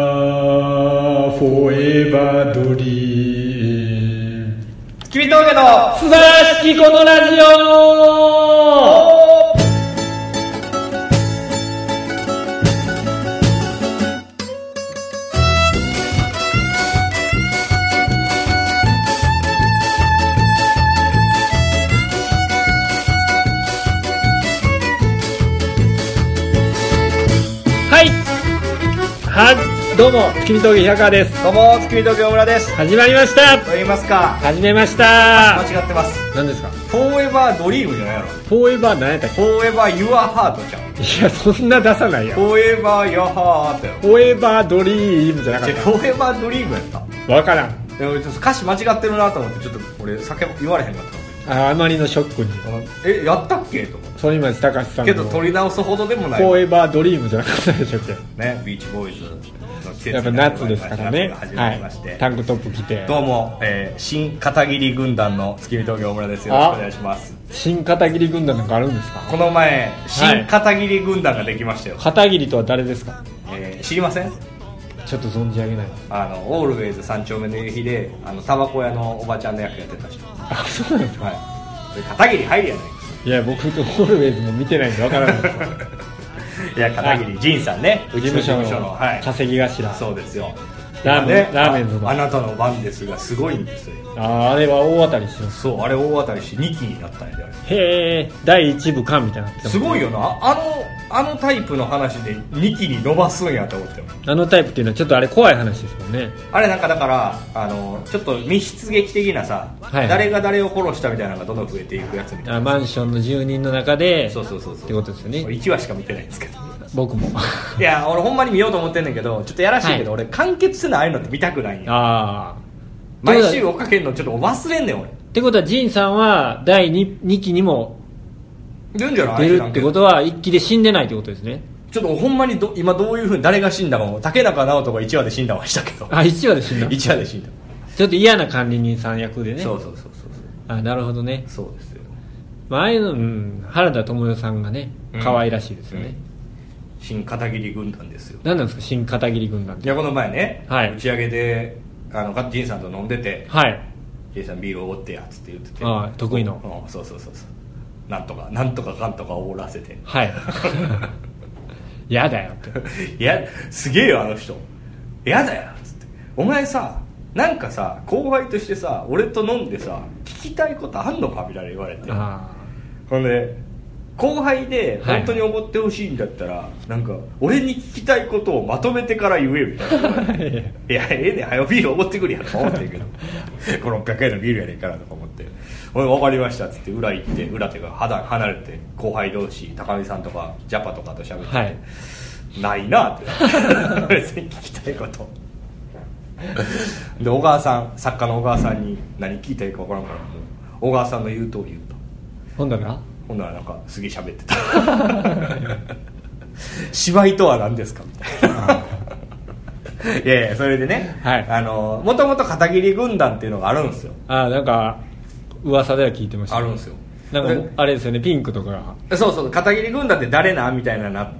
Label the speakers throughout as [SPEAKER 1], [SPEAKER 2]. [SPEAKER 1] あー、フォーエバードリーム。
[SPEAKER 2] 君峠の
[SPEAKER 1] 素晴らしきこのラジオはい。は、どうも、月見峠平川です。
[SPEAKER 2] どうも月見峠大村です
[SPEAKER 1] 始まりました。
[SPEAKER 2] と言いますか
[SPEAKER 1] 始めました。
[SPEAKER 2] 間違ってます
[SPEAKER 1] 何ですか
[SPEAKER 2] フォーエバードリームじゃないやろ
[SPEAKER 1] フォーエバー何やったっ
[SPEAKER 2] フォーエバーユアハートじゃん
[SPEAKER 1] けいや、そんな出さないや
[SPEAKER 2] フ
[SPEAKER 1] フ
[SPEAKER 2] ォーエバーユアハートやろ
[SPEAKER 1] ォーエバードリームじゃなか
[SPEAKER 2] 違
[SPEAKER 1] っ
[SPEAKER 2] うフォーエバードリームやった
[SPEAKER 1] た。わからん。
[SPEAKER 2] でもちょっと歌詞間違ってるなと思ってちょっと俺酒言われへんかった
[SPEAKER 1] ああまりのショックに。
[SPEAKER 2] えやったっけと思って
[SPEAKER 1] 反町隆史さん
[SPEAKER 2] け
[SPEAKER 1] の
[SPEAKER 2] ど
[SPEAKER 1] フ
[SPEAKER 2] 取り直すほどでもない
[SPEAKER 1] ォーエバードリームじゃなかったでしょっけ
[SPEAKER 2] ねビーチボーイズの季節
[SPEAKER 1] やっぱ夏ですからね。
[SPEAKER 2] 夏が始ま
[SPEAKER 1] は
[SPEAKER 2] りまして、
[SPEAKER 1] い。タンクトップ着て。
[SPEAKER 2] どうも、えー、新片桐軍団の月見峠大村ですよろしくお願いします
[SPEAKER 1] 新片桐軍団なんかあるんですか
[SPEAKER 2] この前新片桐軍団ができましたよ、
[SPEAKER 1] 片桐とは誰ですか
[SPEAKER 2] えー知りません
[SPEAKER 1] ちょっと存じ上げない。
[SPEAKER 2] あのオールウェイズ三丁目の夕日であのタバコ屋のおばちゃんの役やってた人は
[SPEAKER 1] あ、そうなんですか
[SPEAKER 2] いで片桐入りやない
[SPEAKER 1] いや、僕、ホールウェイズも見てないんでわから ないですよ。
[SPEAKER 2] いや片桐仁さんねう
[SPEAKER 1] 事
[SPEAKER 2] ち
[SPEAKER 1] 務
[SPEAKER 2] の事
[SPEAKER 1] 所
[SPEAKER 2] 務所の
[SPEAKER 1] の
[SPEAKER 2] はい
[SPEAKER 1] 稼ぎ頭。
[SPEAKER 2] そうですよ
[SPEAKER 1] ラーメン
[SPEAKER 2] 今ね
[SPEAKER 1] ラーメンズの
[SPEAKER 2] ああなたの番ですがすごいんですよ
[SPEAKER 1] あーあれは大当たりしてます。
[SPEAKER 2] そうあれ大当たりして2期になったんやであれ
[SPEAKER 1] へえ、第一部完みたいになってます
[SPEAKER 2] ごいよなあのあのタイプの話で2期に伸ばすんやと思っても
[SPEAKER 1] あのタイプっていうのはちょっとあれ怖い話ですもんね
[SPEAKER 2] あれなんかだからあのちょっと密出劇的なさ、
[SPEAKER 1] はい
[SPEAKER 2] 誰が誰を殺したみたいなのがどんどん増えていくやつみたいな
[SPEAKER 1] あマンションの住人の中で
[SPEAKER 2] そうそうそうそう
[SPEAKER 1] ってことですよね
[SPEAKER 2] 1話しか見てないんですけど
[SPEAKER 1] 僕 も
[SPEAKER 2] いや俺ほんまに見ようと思ってんねんけどちょっとやらしいけど、俺完結せなああいうのって見たくないんや
[SPEAKER 1] ああ
[SPEAKER 2] 毎週追っかけんのちょっと忘れんねん俺
[SPEAKER 1] ってことは仁さんは第 2, 二期にも
[SPEAKER 2] 出んじゃない
[SPEAKER 1] 出るってことは1期で死んでないってことですね
[SPEAKER 2] ちょっとほんまにど今どういうふうに誰が死んだかも竹中直人が1話で死んだはしたけど
[SPEAKER 1] あ1話で死んだ
[SPEAKER 2] 1話で死んだ、
[SPEAKER 1] ちょっと嫌な管理人さん役でね
[SPEAKER 2] そうそうそうそう
[SPEAKER 1] あなるほどね、
[SPEAKER 2] そうそうですよ
[SPEAKER 1] まあ、ああいうの、うん、原田知世さんがね
[SPEAKER 2] うん
[SPEAKER 1] 可愛らしいですよね、
[SPEAKER 2] 新片桐軍団ですよ
[SPEAKER 1] 何なんですか新片桐軍団っ
[SPEAKER 2] い
[SPEAKER 1] て
[SPEAKER 2] やこの前ね、
[SPEAKER 1] はい
[SPEAKER 2] 打ち上げであのガッジンさんと飲んでて
[SPEAKER 1] はい
[SPEAKER 2] 「ジンさんビールおごってや」っつって言ってて
[SPEAKER 1] ああ得意の
[SPEAKER 2] うんそうそうそうそうなんとかなんとかかんとかおごらせて
[SPEAKER 1] はい やだよって
[SPEAKER 2] いやすげえよあの人やだよっつってお前さなんかさ後輩としてさ俺と飲んでさ聞きたいことあんのかみたいな言われて
[SPEAKER 1] ああ
[SPEAKER 2] ほんで後輩で
[SPEAKER 1] はい
[SPEAKER 2] 本当におごってほしいんだったら、なんか俺に聞きたいことをまとめてから言えみたい ないやええねん早うビールおごってくれやとか思ってんけど これ600円のビールやねんからとか思って「俺分かりました」っつって裏行って裏手が肌離れて後輩同士高見さんとかジャパとかと喋って、
[SPEAKER 1] はい
[SPEAKER 2] ないなって 別に聞きたいことで小川さん作家の小川さんに何聞いたらいいか分からんからもう小川さんの言う通り言うと
[SPEAKER 1] ほんだら
[SPEAKER 2] ほんならなんかすげえ喋ってた 芝居とは何ですかみたいないやいやそれでね、
[SPEAKER 1] はい
[SPEAKER 2] あのもともと片桐軍団っていうのがあるんですよ
[SPEAKER 1] ああなんか噂では聞いてました
[SPEAKER 2] あるんですよ
[SPEAKER 1] なんかあれですよねピンクとかが
[SPEAKER 2] そうそう片桐軍団って誰なみたいなな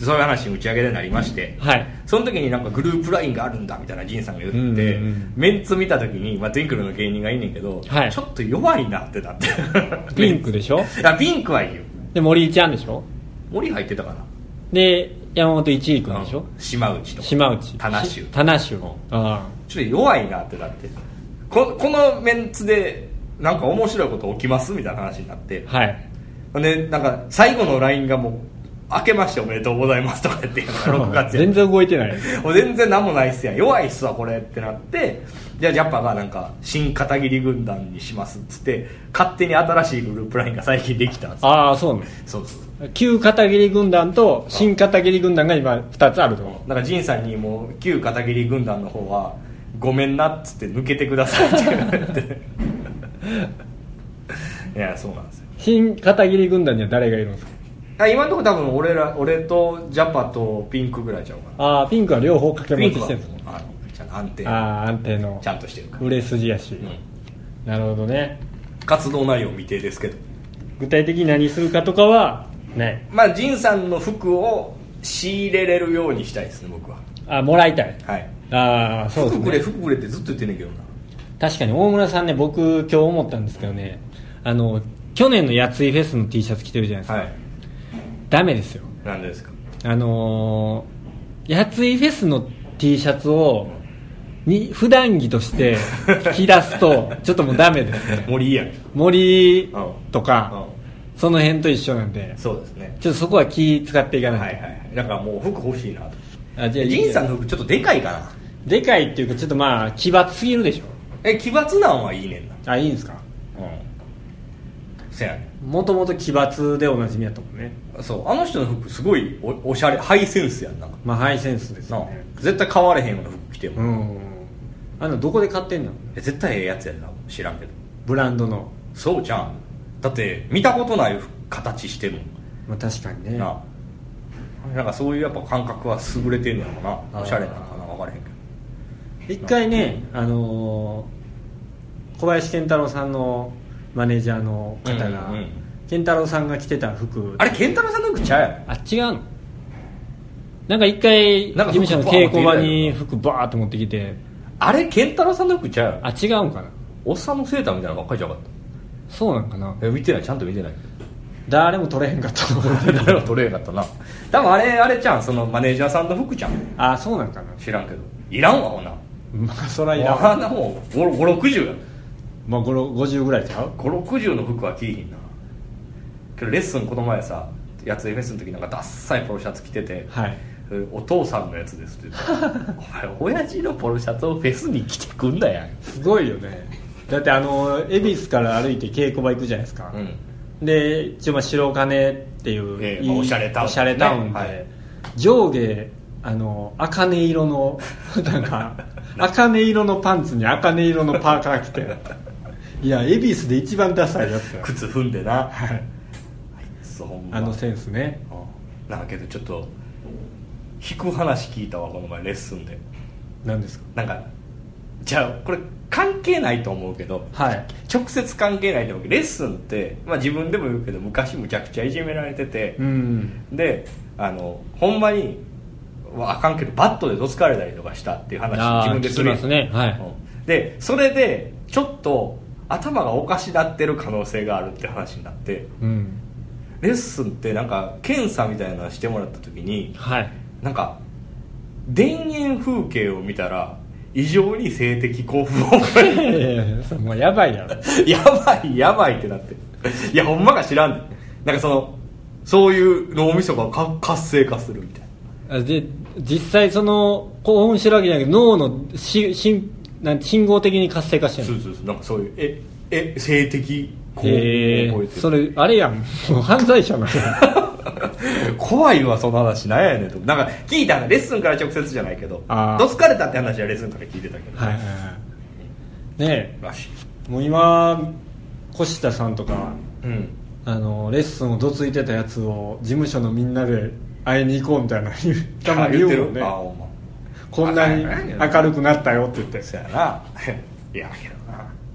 [SPEAKER 2] そういう話に打ち上げでなりまして、
[SPEAKER 1] はい
[SPEAKER 2] その時になんかグループラインがあるんだみたいな仁さんが言って、
[SPEAKER 1] うんうんうん
[SPEAKER 2] メンツ見た時に、まあ、トゥインクルの芸人がいんねんけど、
[SPEAKER 1] はい
[SPEAKER 2] ちょっと弱いなってなって
[SPEAKER 1] ピンクでしょ
[SPEAKER 2] いやピンクはいいよ
[SPEAKER 1] で森井ちゃんでしょ
[SPEAKER 2] 森入ってたかな
[SPEAKER 1] で山本一位君でしょ
[SPEAKER 2] 島内とか
[SPEAKER 1] 島内
[SPEAKER 2] 棚衆
[SPEAKER 1] 棚衆あ
[SPEAKER 2] ちょっと弱いなってなってここのメンツでなんか面白いこと起きますみたいな話になって
[SPEAKER 1] あはい
[SPEAKER 2] ほんでなんか最後の LINE がもう「明けましておめでとうございます」とか言って6 月や
[SPEAKER 1] 全然動いてない
[SPEAKER 2] もう全然何もないっすやん弱いっすわこれってなってじゃあジャッパがなんか新片桐軍団にしますっつって勝手に新しいグループ LINE が最近できたんですよ
[SPEAKER 1] ああそうね
[SPEAKER 2] そうそうそう
[SPEAKER 1] 旧片桐軍団と新片桐軍団が今2つあると
[SPEAKER 2] だから仁さんにもう旧片桐軍団の方は「ごめんな」っつって抜けてくださいって言われて いやそうなんですよ
[SPEAKER 1] 新片桐軍団には誰がいるんですか
[SPEAKER 2] あ今のところ多分俺ら俺とジャパとピンクぐらいちゃうかな
[SPEAKER 1] ああピンクは両方掛け
[SPEAKER 2] ピン
[SPEAKER 1] 持ち
[SPEAKER 2] ク
[SPEAKER 1] し
[SPEAKER 2] は
[SPEAKER 1] てるんですね
[SPEAKER 2] あのちゃんと安定
[SPEAKER 1] ああ安定の
[SPEAKER 2] ちゃんとしてるから、
[SPEAKER 1] 売れ筋やし、
[SPEAKER 2] うん
[SPEAKER 1] なるほどね
[SPEAKER 2] 活動内容未定ですけど
[SPEAKER 1] 具体的に何するかとかはない
[SPEAKER 2] まあ仁さんの服を仕入れれるようにしたいですね僕は
[SPEAKER 1] あもらいたい
[SPEAKER 2] はい
[SPEAKER 1] ああそうです
[SPEAKER 2] 服くれ
[SPEAKER 1] ね
[SPEAKER 2] 服くれってずっと言ってんねんけどな
[SPEAKER 1] 確かに大村さんね僕今日思ったんですけどねあの去年のやついフェスの T シャツ着てるじゃないですか、
[SPEAKER 2] はい
[SPEAKER 1] ダメですよ
[SPEAKER 2] なんでで すか
[SPEAKER 1] あのー、やついフェスの T シャツをに普段着として着出すとちょっともうダメですね
[SPEAKER 2] 森いいやん
[SPEAKER 1] 森
[SPEAKER 2] うん
[SPEAKER 1] とかその辺と一緒なんで
[SPEAKER 2] そうですね
[SPEAKER 1] ちょっとそこは気使っていか
[SPEAKER 2] は
[SPEAKER 1] ないいと、
[SPEAKER 2] はいだからもう服欲しいなと
[SPEAKER 1] あじゃあ
[SPEAKER 2] 仁さんの服ちょっとでかいかな
[SPEAKER 1] でかいっていうかちょっとまあ奇抜すぎるでしょ
[SPEAKER 2] え奇抜なんはいいねんな
[SPEAKER 1] あいいんですか
[SPEAKER 2] うんせやね
[SPEAKER 1] もともと奇抜でおなじみやったもんね
[SPEAKER 2] そうあの人の服すごいおおしゃれハイセンスやんなな
[SPEAKER 1] まあハイセンスですよね
[SPEAKER 2] 絶対買われへんような服着ても、
[SPEAKER 1] うんあのどこで買ってんの
[SPEAKER 2] え絶対ええやつやんな知らんけど
[SPEAKER 1] ブランドの
[SPEAKER 2] そうじゃんだって見たことない形してるもん
[SPEAKER 1] まあ確かにね
[SPEAKER 2] ななんかそういうやっぱ感覚は優れてるのかな
[SPEAKER 1] あー
[SPEAKER 2] おしゃれなのかな分からへんけど
[SPEAKER 1] 一回ね、あのー小林健太郎さんのマネージャーの方が、
[SPEAKER 2] うんうんうん
[SPEAKER 1] 健太郎さんが着てた服
[SPEAKER 2] あれ健太郎さんの服ちゃうやろ
[SPEAKER 1] あ違うのなんか一回事
[SPEAKER 2] なんか
[SPEAKER 1] 務
[SPEAKER 2] 服
[SPEAKER 1] 所の稽古場に服バーって持ってきて
[SPEAKER 2] あれ健太郎さんの服ちゃうやろ
[SPEAKER 1] あ違うんかな
[SPEAKER 2] おっさんのセーターみたいなのばっかりじゃなかっ
[SPEAKER 1] そうなんかな
[SPEAKER 2] たえ見てないちゃんと見てない
[SPEAKER 1] 誰も取れへんかったと思う
[SPEAKER 2] 誰も取れへんかったな多分あれあれちゃんそのマネージャーさんの服ちゃん
[SPEAKER 1] あそうなんかな
[SPEAKER 2] 知らんけどいらんわほな
[SPEAKER 1] まあそらいらん
[SPEAKER 2] あんなもう560や
[SPEAKER 1] まあ、5 50ぐらいちゃう
[SPEAKER 2] 560の服は着いひんなけどレッスンこの前さやついフェスの時なんかダッサいポロシャツ着てて
[SPEAKER 1] はい
[SPEAKER 2] それお父さんのやつですって言っ たらお前親父のポロシャツをフェスに着てくんなや
[SPEAKER 1] すごいよねだってあの恵比寿から歩いて稽古場行くじゃないですか、
[SPEAKER 2] うん
[SPEAKER 1] で一応まあ白金っていう、
[SPEAKER 2] ええまあおしゃれタウン
[SPEAKER 1] おしゃれタウンで、
[SPEAKER 2] ねはい
[SPEAKER 1] 上下あの茜色の なんか茜色のパンツに茜色のパーカー着て いや恵比寿で一番ダサいやつだよ
[SPEAKER 2] 靴踏んでなはいそうほんま
[SPEAKER 1] あのセンスね
[SPEAKER 2] うんなんかけどちょっと引く話聞いたわこの前レッスンで
[SPEAKER 1] 何ですか
[SPEAKER 2] なんかじゃあこれ関係ないと思うけど
[SPEAKER 1] はい
[SPEAKER 2] 直接関係ないと思うけどレッスンって、まあ、自分でも言うけど昔むちゃくちゃいじめられてて
[SPEAKER 1] う、ん
[SPEAKER 2] であのほんまにわあかんけどバットでどつかれたりとかしたっていう話
[SPEAKER 1] あー
[SPEAKER 2] 自分でするや
[SPEAKER 1] 聞
[SPEAKER 2] ん
[SPEAKER 1] きますねはい
[SPEAKER 2] うんでそれでちょっと頭がおかしなってる可能性があるって話になって
[SPEAKER 1] うん
[SPEAKER 2] レッスンってなんか検査みたいなのしてもらった時に
[SPEAKER 1] はい
[SPEAKER 2] なんか田園風景を見たら異常に性的興奮を覚える
[SPEAKER 1] いやいやいやそれ もうやばいやろ
[SPEAKER 2] やばいやばいってなっていやほんまか知らんでなんかそのそういう脳みそがか活性化するみたいな
[SPEAKER 1] あで実際その興奮してるわけじゃなくて脳のししんなん信号的に活性化して
[SPEAKER 2] そ
[SPEAKER 1] る
[SPEAKER 2] うそうそうなんかそういうええ性的興奮を
[SPEAKER 1] ええ
[SPEAKER 2] 覚えてる、
[SPEAKER 1] それあれやんもう犯罪者なん や
[SPEAKER 2] 怖いわその話なんやねんとなんか聞いたのレッスンから直接じゃないけど
[SPEAKER 1] あー
[SPEAKER 2] どつかれたって話はレッスンから聞いてたけど、
[SPEAKER 1] はいはいはいね
[SPEAKER 2] らしい
[SPEAKER 1] えもう今越田さんとか
[SPEAKER 2] うん
[SPEAKER 1] あのレッスンをどついてたやつを事務所のみんなで会いに行こうみたいな 言うたまに言うもんね
[SPEAKER 2] あほんま
[SPEAKER 1] こんなに明るくなったよって言って
[SPEAKER 2] そやな いやけどな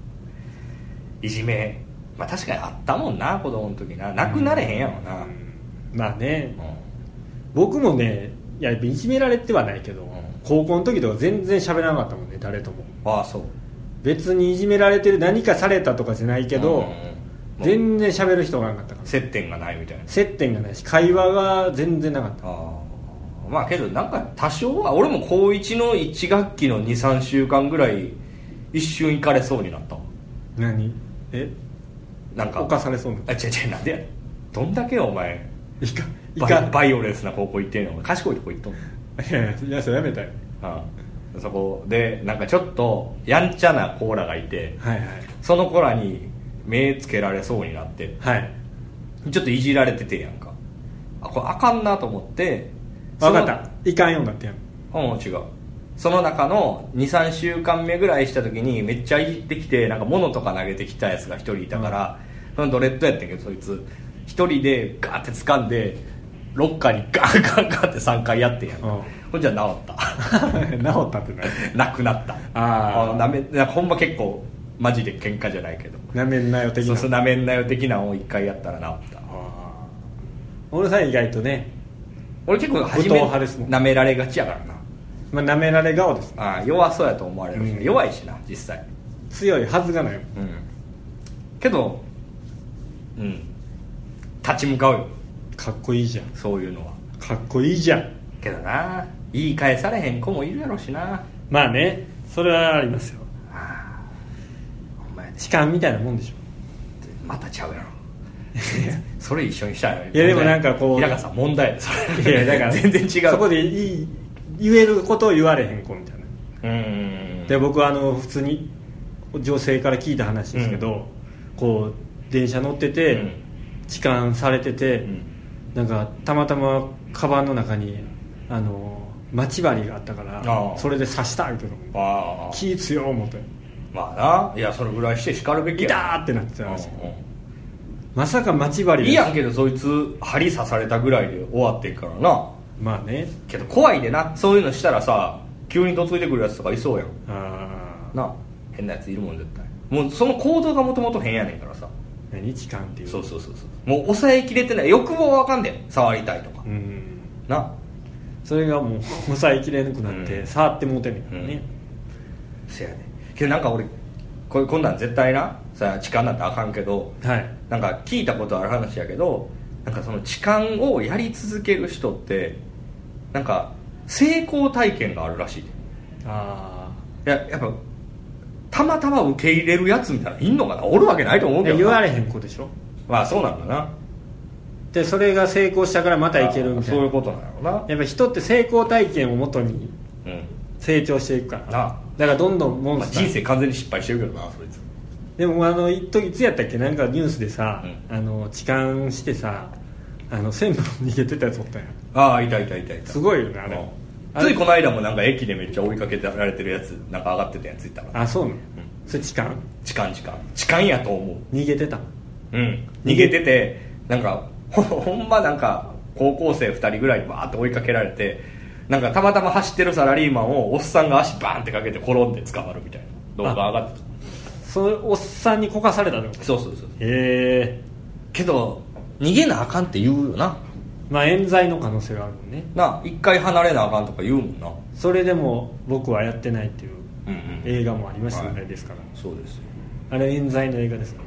[SPEAKER 2] いじめまあ確かにあったもんな子供の時ななくなれへんやろな、
[SPEAKER 1] まあね僕もねいやいじめられてはないけど、高校の時とか全然喋らなかったもんね誰とも
[SPEAKER 2] ああそう
[SPEAKER 1] 別にいじめられてる何かされたとかじゃないけ
[SPEAKER 2] うん
[SPEAKER 1] ど
[SPEAKER 2] も、う
[SPEAKER 1] 全然喋る人がなかったから
[SPEAKER 2] 接点がないみたいな
[SPEAKER 1] 接点がないし会話が全然なかった
[SPEAKER 2] ああまあけどなんか多少は俺も高1の1学期の23週間ぐらい一瞬行かれそうになったわ
[SPEAKER 1] 何え
[SPEAKER 2] なんか
[SPEAKER 1] 犯されそうな
[SPEAKER 2] あ違う違うなんでやねんどんだけお前
[SPEAKER 1] いかい
[SPEAKER 2] バイ
[SPEAKER 1] か
[SPEAKER 2] バイオレンスな高校行ってんのお前賢いとこ行っとんの
[SPEAKER 1] いやいやいやそれやめたよ
[SPEAKER 2] ああそこでなんかちょっとやんちゃな子らがいて
[SPEAKER 1] はいはい
[SPEAKER 2] その子らに目つけられそうになって
[SPEAKER 1] はい
[SPEAKER 2] ちょっといじられててやんかあこれあかんなと思って
[SPEAKER 1] 分かったいかんようになってやん
[SPEAKER 2] そのうん違うその中の23週間目ぐらいした時にめっちゃいじってきてなんか物とか投げてきたやつが一人いたから、そのドレッドやってんけどそいつ一人でガーって掴んでロッカーにガーガーガーって3回やってんやんか、
[SPEAKER 1] うん
[SPEAKER 2] ほんじゃ治った
[SPEAKER 1] 治ったってな
[SPEAKER 2] なくなった
[SPEAKER 1] あー
[SPEAKER 2] のなめなんかほんま結構マジで喧嘩じゃないけど
[SPEAKER 1] なめんなよ的
[SPEAKER 2] そう
[SPEAKER 1] な
[SPEAKER 2] そうなめんなよ的なのを一回やったら治った
[SPEAKER 1] あー小野さん意外とね
[SPEAKER 2] 俺結構初
[SPEAKER 1] 武闘
[SPEAKER 2] め
[SPEAKER 1] 派ですね
[SPEAKER 2] 舐められがちやからな
[SPEAKER 1] まあ舐められ顔です
[SPEAKER 2] ああ弱そうやと思われるし、
[SPEAKER 1] うん
[SPEAKER 2] 弱いしな実際
[SPEAKER 1] 強いはずがない
[SPEAKER 2] うんけどうん立ち向かうよ
[SPEAKER 1] かっこいいじゃん
[SPEAKER 2] そういうのは
[SPEAKER 1] かっこいいじゃん
[SPEAKER 2] けどな言い返されへん子もいるやろしな
[SPEAKER 1] まあねそれはありますよ
[SPEAKER 2] お前
[SPEAKER 1] 痴漢みたいなもんでしょ
[SPEAKER 2] またちゃうやろそれ一緒にしたら
[SPEAKER 1] いやでもなんかこう
[SPEAKER 2] 平川さん問題やでそ
[SPEAKER 1] いや
[SPEAKER 2] れ
[SPEAKER 1] だから
[SPEAKER 2] 全然違う
[SPEAKER 1] そこでいい言えることを言われへん子みたいな
[SPEAKER 2] うんうん
[SPEAKER 1] で僕はあの普通に女性から聞いた話ですけど、こう電車乗ってて、
[SPEAKER 2] うん
[SPEAKER 1] 痴漢されてて、
[SPEAKER 2] うん
[SPEAKER 1] なんかたまたまカバンの中にあの待ち針があったから
[SPEAKER 2] ああ
[SPEAKER 1] それで刺したみたいな
[SPEAKER 2] ああ
[SPEAKER 1] 気ぃ強い思って
[SPEAKER 2] まあないやそれぐらいして叱るべき
[SPEAKER 1] ギ
[SPEAKER 2] や
[SPEAKER 1] ターってなってた
[SPEAKER 2] うんん
[SPEAKER 1] ですよまさか待ち
[SPEAKER 2] うん
[SPEAKER 1] 針
[SPEAKER 2] いいやんけどそいつ針刺されたぐらいで終わってるからな
[SPEAKER 1] まあね
[SPEAKER 2] けど怖いでなそういうのしたらさ急にとついてくるやつとかいそうやん
[SPEAKER 1] ああ
[SPEAKER 2] な変なやついるもん絶対もうその行動がもともと変やねんからさ
[SPEAKER 1] 何痴漢っていう
[SPEAKER 2] そうそうそうそうもう抑えきれてない欲望はわかんねん触りたいとか
[SPEAKER 1] うん
[SPEAKER 2] な
[SPEAKER 1] それがもう抑えきれなくなって、
[SPEAKER 2] うん
[SPEAKER 1] 触ってもうてみたいなね、
[SPEAKER 2] せやねけどなんか俺こうこんなん絶対なさ痴漢なんてあかんけど
[SPEAKER 1] はい
[SPEAKER 2] なんか聞いたことある話やけどなんかその痴漢をやり続ける人ってなんか成功体験があるらしいで
[SPEAKER 1] あ
[SPEAKER 2] いややっぱたまたま受け入れるやつみたいなのいんのかなおるわけないと思
[SPEAKER 1] あ
[SPEAKER 2] うけどな
[SPEAKER 1] 言われへん子でしょ
[SPEAKER 2] まあそうなんだな
[SPEAKER 1] でそれが成功したからまたいけるみたい
[SPEAKER 2] そう
[SPEAKER 1] な
[SPEAKER 2] いうことなのな
[SPEAKER 1] やっぱ人って成功体験をもとに
[SPEAKER 2] うん
[SPEAKER 1] 成長していくから
[SPEAKER 2] なあ
[SPEAKER 1] だからどんどんモン
[SPEAKER 2] まあ
[SPEAKER 1] スター、
[SPEAKER 2] 人生完全に失敗してるけどなそいつ
[SPEAKER 1] でもあの一時いつやったっけなんかニュースでさ、
[SPEAKER 2] う
[SPEAKER 1] あの痴漢してさあの線路に逃げてたやつおったやん
[SPEAKER 2] ああいたいたいたいた
[SPEAKER 1] すごいよねあれ
[SPEAKER 2] うん
[SPEAKER 1] あれ
[SPEAKER 2] ついこの間もなんか駅でめっちゃ追いかけてられてるやつなんか上がってたやついたから
[SPEAKER 1] あそうなの、それ痴漢
[SPEAKER 2] 痴漢痴漢痴漢やと思
[SPEAKER 1] 逃げてた
[SPEAKER 2] ううん逃げててなんかほ ほんまなんか高校生2人ぐらいにバーって追いかけられてなんかたまたま走ってるサラリーマンをおっさんが足バーンってかけて転んで捕まるみたいな動画上がって
[SPEAKER 1] そのおっさんにこかされたのへ
[SPEAKER 2] たそうそうそう
[SPEAKER 1] え
[SPEAKER 2] けど逃げなあかんって言うよな
[SPEAKER 1] まあ冤罪の可能性があるもんね
[SPEAKER 2] な一回離れなあかんとか言うもんな
[SPEAKER 1] それでも僕はやってないっていう
[SPEAKER 2] うんうん
[SPEAKER 1] 映画もありましたぐら
[SPEAKER 2] はい
[SPEAKER 1] ですから、
[SPEAKER 2] そうですよ
[SPEAKER 1] あれ冤罪の映画ですか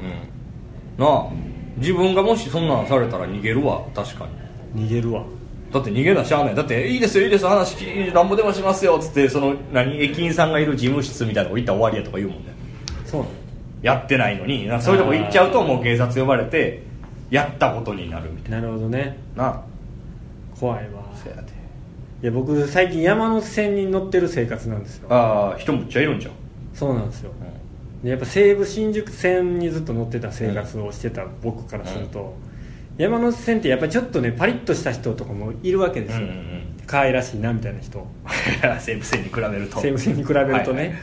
[SPEAKER 1] ら
[SPEAKER 2] うんなあ自分がもしそんなんされたら逃げるわ確かに
[SPEAKER 1] 逃げるわ
[SPEAKER 2] だって逃げなしゃあないだって「いいですよいいですよ話なんぼでもしますよ」っつってその何駅員さんがいる事務室みたいなとこ行ったら終わりやとか言うもんね
[SPEAKER 1] そうなの
[SPEAKER 2] やってないのになそういうとこ行っちゃうともう警察呼ばれてやったことになるみたい
[SPEAKER 1] なるほどね
[SPEAKER 2] なな
[SPEAKER 1] 怖いわ
[SPEAKER 2] あせやで
[SPEAKER 1] いや僕最近山手線に乗ってる生活なんですよ
[SPEAKER 2] ああ人むっちゃいるんじゃん、
[SPEAKER 1] そうなんですよでやっぱ西武新宿線にずっと乗ってた生活をしてた僕からすると、山手線ってやっぱりちょっとねパリッとした人とかもいるわけですよ、
[SPEAKER 2] うんうんうん
[SPEAKER 1] 可愛らしいなみたいな人
[SPEAKER 2] 西武線に比べると
[SPEAKER 1] 西武線に比べるとね、
[SPEAKER 2] はいはい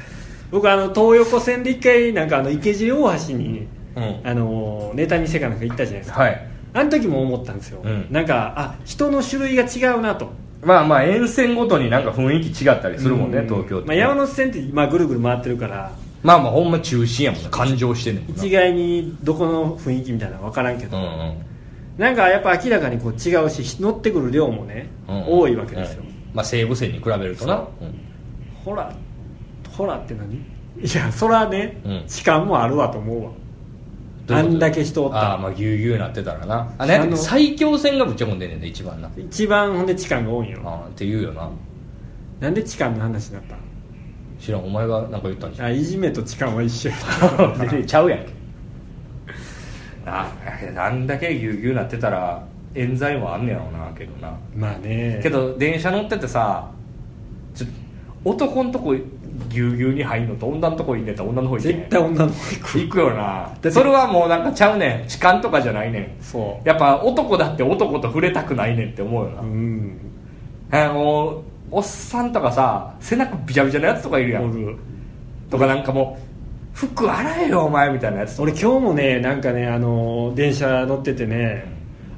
[SPEAKER 1] 僕あの東横線で一回なんかあの池尻大橋に、
[SPEAKER 2] うん
[SPEAKER 1] あのネタ見せかなんか行ったじゃないですか、
[SPEAKER 2] はい
[SPEAKER 1] あの時も思ったんですよ、
[SPEAKER 2] うん
[SPEAKER 1] なんかあ人の種類が違うなと
[SPEAKER 2] まあまあ沿線ごとになんか雰囲気違ったりするもんね、
[SPEAKER 1] うん
[SPEAKER 2] 東京って、
[SPEAKER 1] まあ、山手線って、まあ、ぐるぐる回ってるから
[SPEAKER 2] まあまあほんま中心やもんね感情してんねんもんな
[SPEAKER 1] 一概にどこの雰囲気みたいなのは分からんけ
[SPEAKER 2] う
[SPEAKER 1] ど、
[SPEAKER 2] んうん
[SPEAKER 1] なんかやっぱ明らかにこう違うし乗ってくる量もね、
[SPEAKER 2] うん
[SPEAKER 1] 多いわけですよ、
[SPEAKER 2] うんまあ、西武線に比べるとな、うん
[SPEAKER 1] ほらほらって何 いやそらね、
[SPEAKER 2] うん
[SPEAKER 1] 痴漢もあるわと思うわ
[SPEAKER 2] どういうこと
[SPEAKER 1] あんだけ人おったら
[SPEAKER 2] ああまあぎゅうぎゅうなってたらなあ
[SPEAKER 1] あ
[SPEAKER 2] ね
[SPEAKER 1] の
[SPEAKER 2] 最強戦がぶっちゃ込んでんねんで一番な
[SPEAKER 1] 一番ほんで痴漢が多いんよ
[SPEAKER 2] ああって言うよな
[SPEAKER 1] なんで痴漢の話になったん
[SPEAKER 2] 知らんお前がなんか言ったんじゃ
[SPEAKER 1] あいじめと痴漢は一緒や
[SPEAKER 2] 全然ちゃうやんけななんだけぎゅうぎゅうなってたら冤罪もあんねやろうなけどな
[SPEAKER 1] まあね
[SPEAKER 2] けど電車乗っててさちょ男んとこぎゅうぎゅうに入んのと女のとこいんねんと女の方行けへん
[SPEAKER 1] 絶対女の子行く
[SPEAKER 2] 行くよな
[SPEAKER 1] て
[SPEAKER 2] それはもうなんかちゃうねん痴漢とかじゃないねん
[SPEAKER 1] そ
[SPEAKER 2] やっぱ男だって男と触れたくないねんって思うよ
[SPEAKER 1] ううん
[SPEAKER 2] な、あのおっさんとかさ背中びちゃびちゃのやつとかいるや
[SPEAKER 1] お
[SPEAKER 2] ん
[SPEAKER 1] る
[SPEAKER 2] とかなんかもう服洗えよお前みたいなやつ
[SPEAKER 1] 俺今日もねなんかねあのー電車乗っててね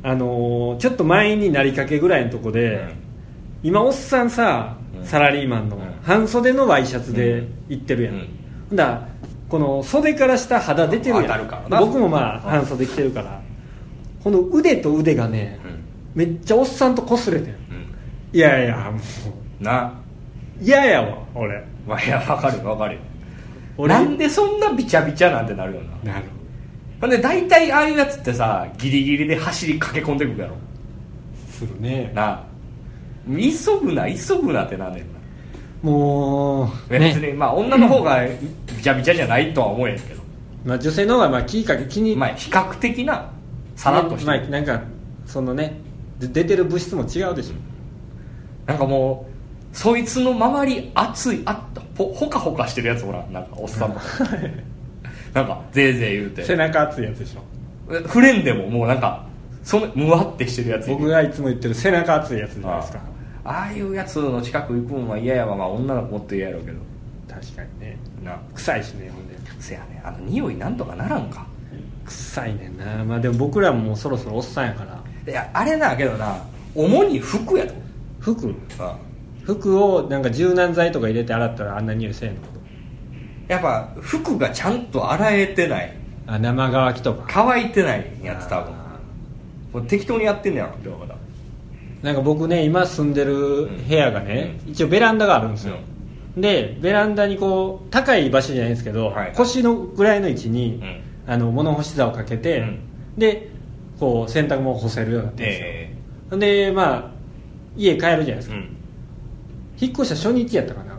[SPEAKER 1] あのーちょっと満員になりかけぐらいのとこで、
[SPEAKER 2] うん
[SPEAKER 1] 今おっさんさ
[SPEAKER 2] うん
[SPEAKER 1] サラリーマンの
[SPEAKER 2] うん
[SPEAKER 1] 半袖のワイシャツで行ってるやん、
[SPEAKER 2] うん
[SPEAKER 1] ほんだらこの袖から下肌出てる
[SPEAKER 2] 当
[SPEAKER 1] や
[SPEAKER 2] た
[SPEAKER 1] ん
[SPEAKER 2] るからな
[SPEAKER 1] 僕もまあ
[SPEAKER 2] うん
[SPEAKER 1] 半袖着てるからこの腕と腕がね、
[SPEAKER 2] うん
[SPEAKER 1] めっちゃおっさんと擦れてん
[SPEAKER 2] うん
[SPEAKER 1] いやいやもう
[SPEAKER 2] な
[SPEAKER 1] 嫌やわ俺
[SPEAKER 2] まあいやわかるよわかるよ
[SPEAKER 1] 俺
[SPEAKER 2] なんでそんなビチャビチャなんてなるよな
[SPEAKER 1] なる
[SPEAKER 2] ほんで大体ああいうやつってさギリギリで走り駆け込んでくるやろ
[SPEAKER 1] するね
[SPEAKER 2] なあ急ぐな急ぐなってなんねんな
[SPEAKER 1] もう
[SPEAKER 2] 別に、まあ女の方がビチャビチャじゃないとは思えんけど、
[SPEAKER 1] まあ、女性の方がまあ気かけ気に
[SPEAKER 2] まあ比較的なさらっとして
[SPEAKER 1] まあ
[SPEAKER 2] る、
[SPEAKER 1] なんかそのねで出てる物質も違うでしょ
[SPEAKER 2] なんかもうそいつの周り熱いあったほほかほかしてるやつほらんなんかおっさんとかなんかぜいぜい言うて
[SPEAKER 1] 背中熱いやつでしょ
[SPEAKER 2] 触れんでももうなんかそのむわってしてるやついる
[SPEAKER 1] 僕がいつも言ってる背中熱いやつじゃないですか
[SPEAKER 2] あああいうやつの近く行くんは嫌やわまあ女の子もっと嫌やろうけど
[SPEAKER 1] 確かにね
[SPEAKER 2] な
[SPEAKER 1] 臭いしねほんで
[SPEAKER 2] せやねあの匂いなんとかならんか
[SPEAKER 1] 臭いねんなまあでも僕らももうそろそろおっさんやから
[SPEAKER 2] いやあれなけどな主に服やと
[SPEAKER 1] 服
[SPEAKER 2] あ
[SPEAKER 1] 服をなんか柔軟剤とか入れて洗ったらあんな匂いせえの
[SPEAKER 2] やっぱ服がちゃんと洗えてない
[SPEAKER 1] あ生乾きとか
[SPEAKER 2] 乾いてないやつ多分もう適当にやってんねやろ今日まだ
[SPEAKER 1] なんか僕ね今住んでる部屋がね、一応ベランダがあるんですよ、でベランダにこう高い場所じゃないんですけど、
[SPEAKER 2] はい
[SPEAKER 1] 腰のぐらいの位置に、
[SPEAKER 2] うん
[SPEAKER 1] あの物干し座をかけて、
[SPEAKER 2] うん
[SPEAKER 1] でこう洗濯物を干せるようになってるんですよ、
[SPEAKER 2] え
[SPEAKER 1] でまあ家帰るじゃないです
[SPEAKER 2] えう
[SPEAKER 1] か、
[SPEAKER 2] ん
[SPEAKER 1] 引っ越した初日やったかな
[SPEAKER 2] うん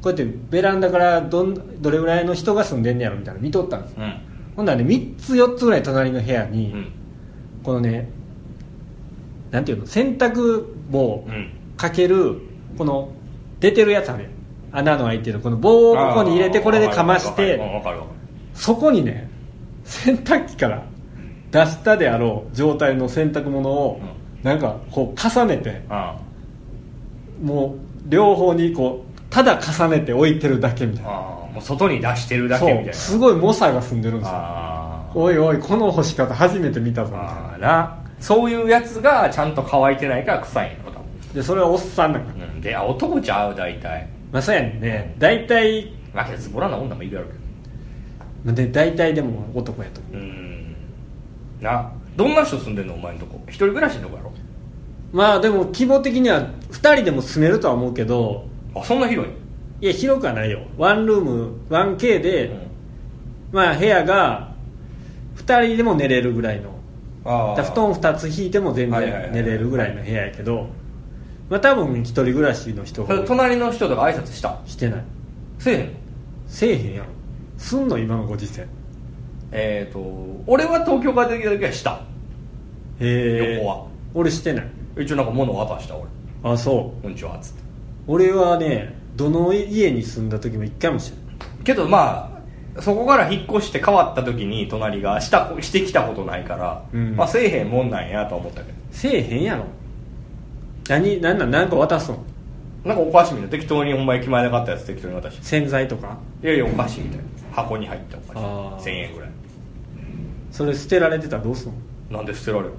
[SPEAKER 1] こうやってベランダからどんどれぐらいの人が住んでんねやろみたいなの見とったんですよ
[SPEAKER 2] うん
[SPEAKER 1] ほんならね3つ4つぐらい隣の部屋
[SPEAKER 2] う
[SPEAKER 1] に、
[SPEAKER 2] ん
[SPEAKER 1] このねなんていうの洗濯棒
[SPEAKER 2] うん
[SPEAKER 1] かけるこの出てるやつあるやん穴の開いてるこの棒をここに入れてこれでかまし
[SPEAKER 2] あー
[SPEAKER 1] て
[SPEAKER 2] わかるわかる
[SPEAKER 1] そこにね洗濯機から出したであろう状態の洗濯物をなんかこう重ねて
[SPEAKER 2] あ
[SPEAKER 1] もう両方にこうただ重ねて置いてるだけみたいな
[SPEAKER 2] あーもう外に出してるだけみたい
[SPEAKER 1] そう
[SPEAKER 2] な
[SPEAKER 1] すごい猛者が住んでるんですよ
[SPEAKER 2] あー
[SPEAKER 1] おいおいこの干し方初めて見たぞみたいな
[SPEAKER 2] あーなそういうやつがちゃんと乾いてないから臭いんやろ多
[SPEAKER 1] でそれはおっさんなんか
[SPEAKER 2] 分、うん、であ男ちゃう大体
[SPEAKER 1] まあそうやねんね大体
[SPEAKER 2] まあけどズボラな女もいるやろうけど
[SPEAKER 1] で大体でも男やと思う
[SPEAKER 2] うんなどんな人住んでんのお前んとこ一人暮らしのとこやろ
[SPEAKER 1] まあでも規模的には2人でも住めるとは思うけど
[SPEAKER 2] あそんな広い
[SPEAKER 1] いや広くはないよワンルーム 1K で、
[SPEAKER 2] うん
[SPEAKER 1] まあ部屋が2人でも寝れるぐらいの
[SPEAKER 2] あ
[SPEAKER 1] だ
[SPEAKER 2] ー
[SPEAKER 1] から布団2つ引いても全
[SPEAKER 2] はいはいはいは
[SPEAKER 1] 然
[SPEAKER 2] い
[SPEAKER 1] 寝れるぐらいの部屋やけどまあ多分一人暮らしの人
[SPEAKER 2] それ
[SPEAKER 1] が
[SPEAKER 2] 隣の人とか挨拶した
[SPEAKER 1] してない
[SPEAKER 2] せえへんの
[SPEAKER 1] せえへんやろすんの今のご時世へ
[SPEAKER 2] えっ、ー、と俺は東京帰ってきた時はした
[SPEAKER 1] え
[SPEAKER 2] 横は
[SPEAKER 1] 俺してない
[SPEAKER 2] 一応なんか物渡した俺
[SPEAKER 1] あそ
[SPEAKER 2] こんにちはっつって
[SPEAKER 1] う俺はねどの家に住んだ時も一回もしてない
[SPEAKER 2] けどまあそこから引っ越して変わった時に隣がしたしてきたことないから、
[SPEAKER 1] うん
[SPEAKER 2] まあせえへんもんなんやとは思ったけど
[SPEAKER 1] せえへんやろ何何なんなんか渡すの
[SPEAKER 2] なんかお菓子みたいな適当にほんま駅前で買ったやつ適当に渡して
[SPEAKER 1] 洗剤とか
[SPEAKER 2] いやいやお菓子みたいな箱に入ったお菓
[SPEAKER 1] あー
[SPEAKER 2] 子1000円ぐらい
[SPEAKER 1] それ捨てられてたらどうすんの
[SPEAKER 2] なんで捨てられる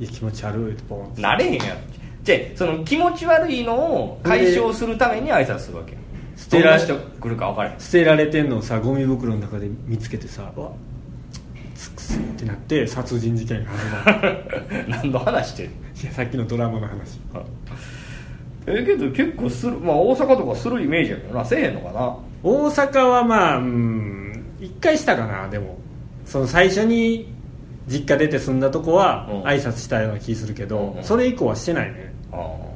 [SPEAKER 1] いや気持ち悪いってポンって
[SPEAKER 2] なれへんやんじゃあその気持ち悪いのを解消するために挨拶するわけや
[SPEAKER 1] 捨
[SPEAKER 2] 捨
[SPEAKER 1] て
[SPEAKER 2] て
[SPEAKER 1] ら
[SPEAKER 2] ら
[SPEAKER 1] れ
[SPEAKER 2] してくるか分からへん
[SPEAKER 1] 捨てられてんのをさゴミ袋の中で見つけてさうわつくせえってなって殺人事件が始まる
[SPEAKER 2] 何の話してる
[SPEAKER 1] いやさっきのドラマの話
[SPEAKER 2] えけど結構するまあ大阪とかするイメージやけどなせえへんのかな
[SPEAKER 1] 大阪はまあうん一回したかなでもその最初に実家出て住んだとこは
[SPEAKER 2] うん
[SPEAKER 1] 挨拶したような気するけど、
[SPEAKER 2] うん
[SPEAKER 1] それ以降はしてないね
[SPEAKER 2] あ
[SPEAKER 1] も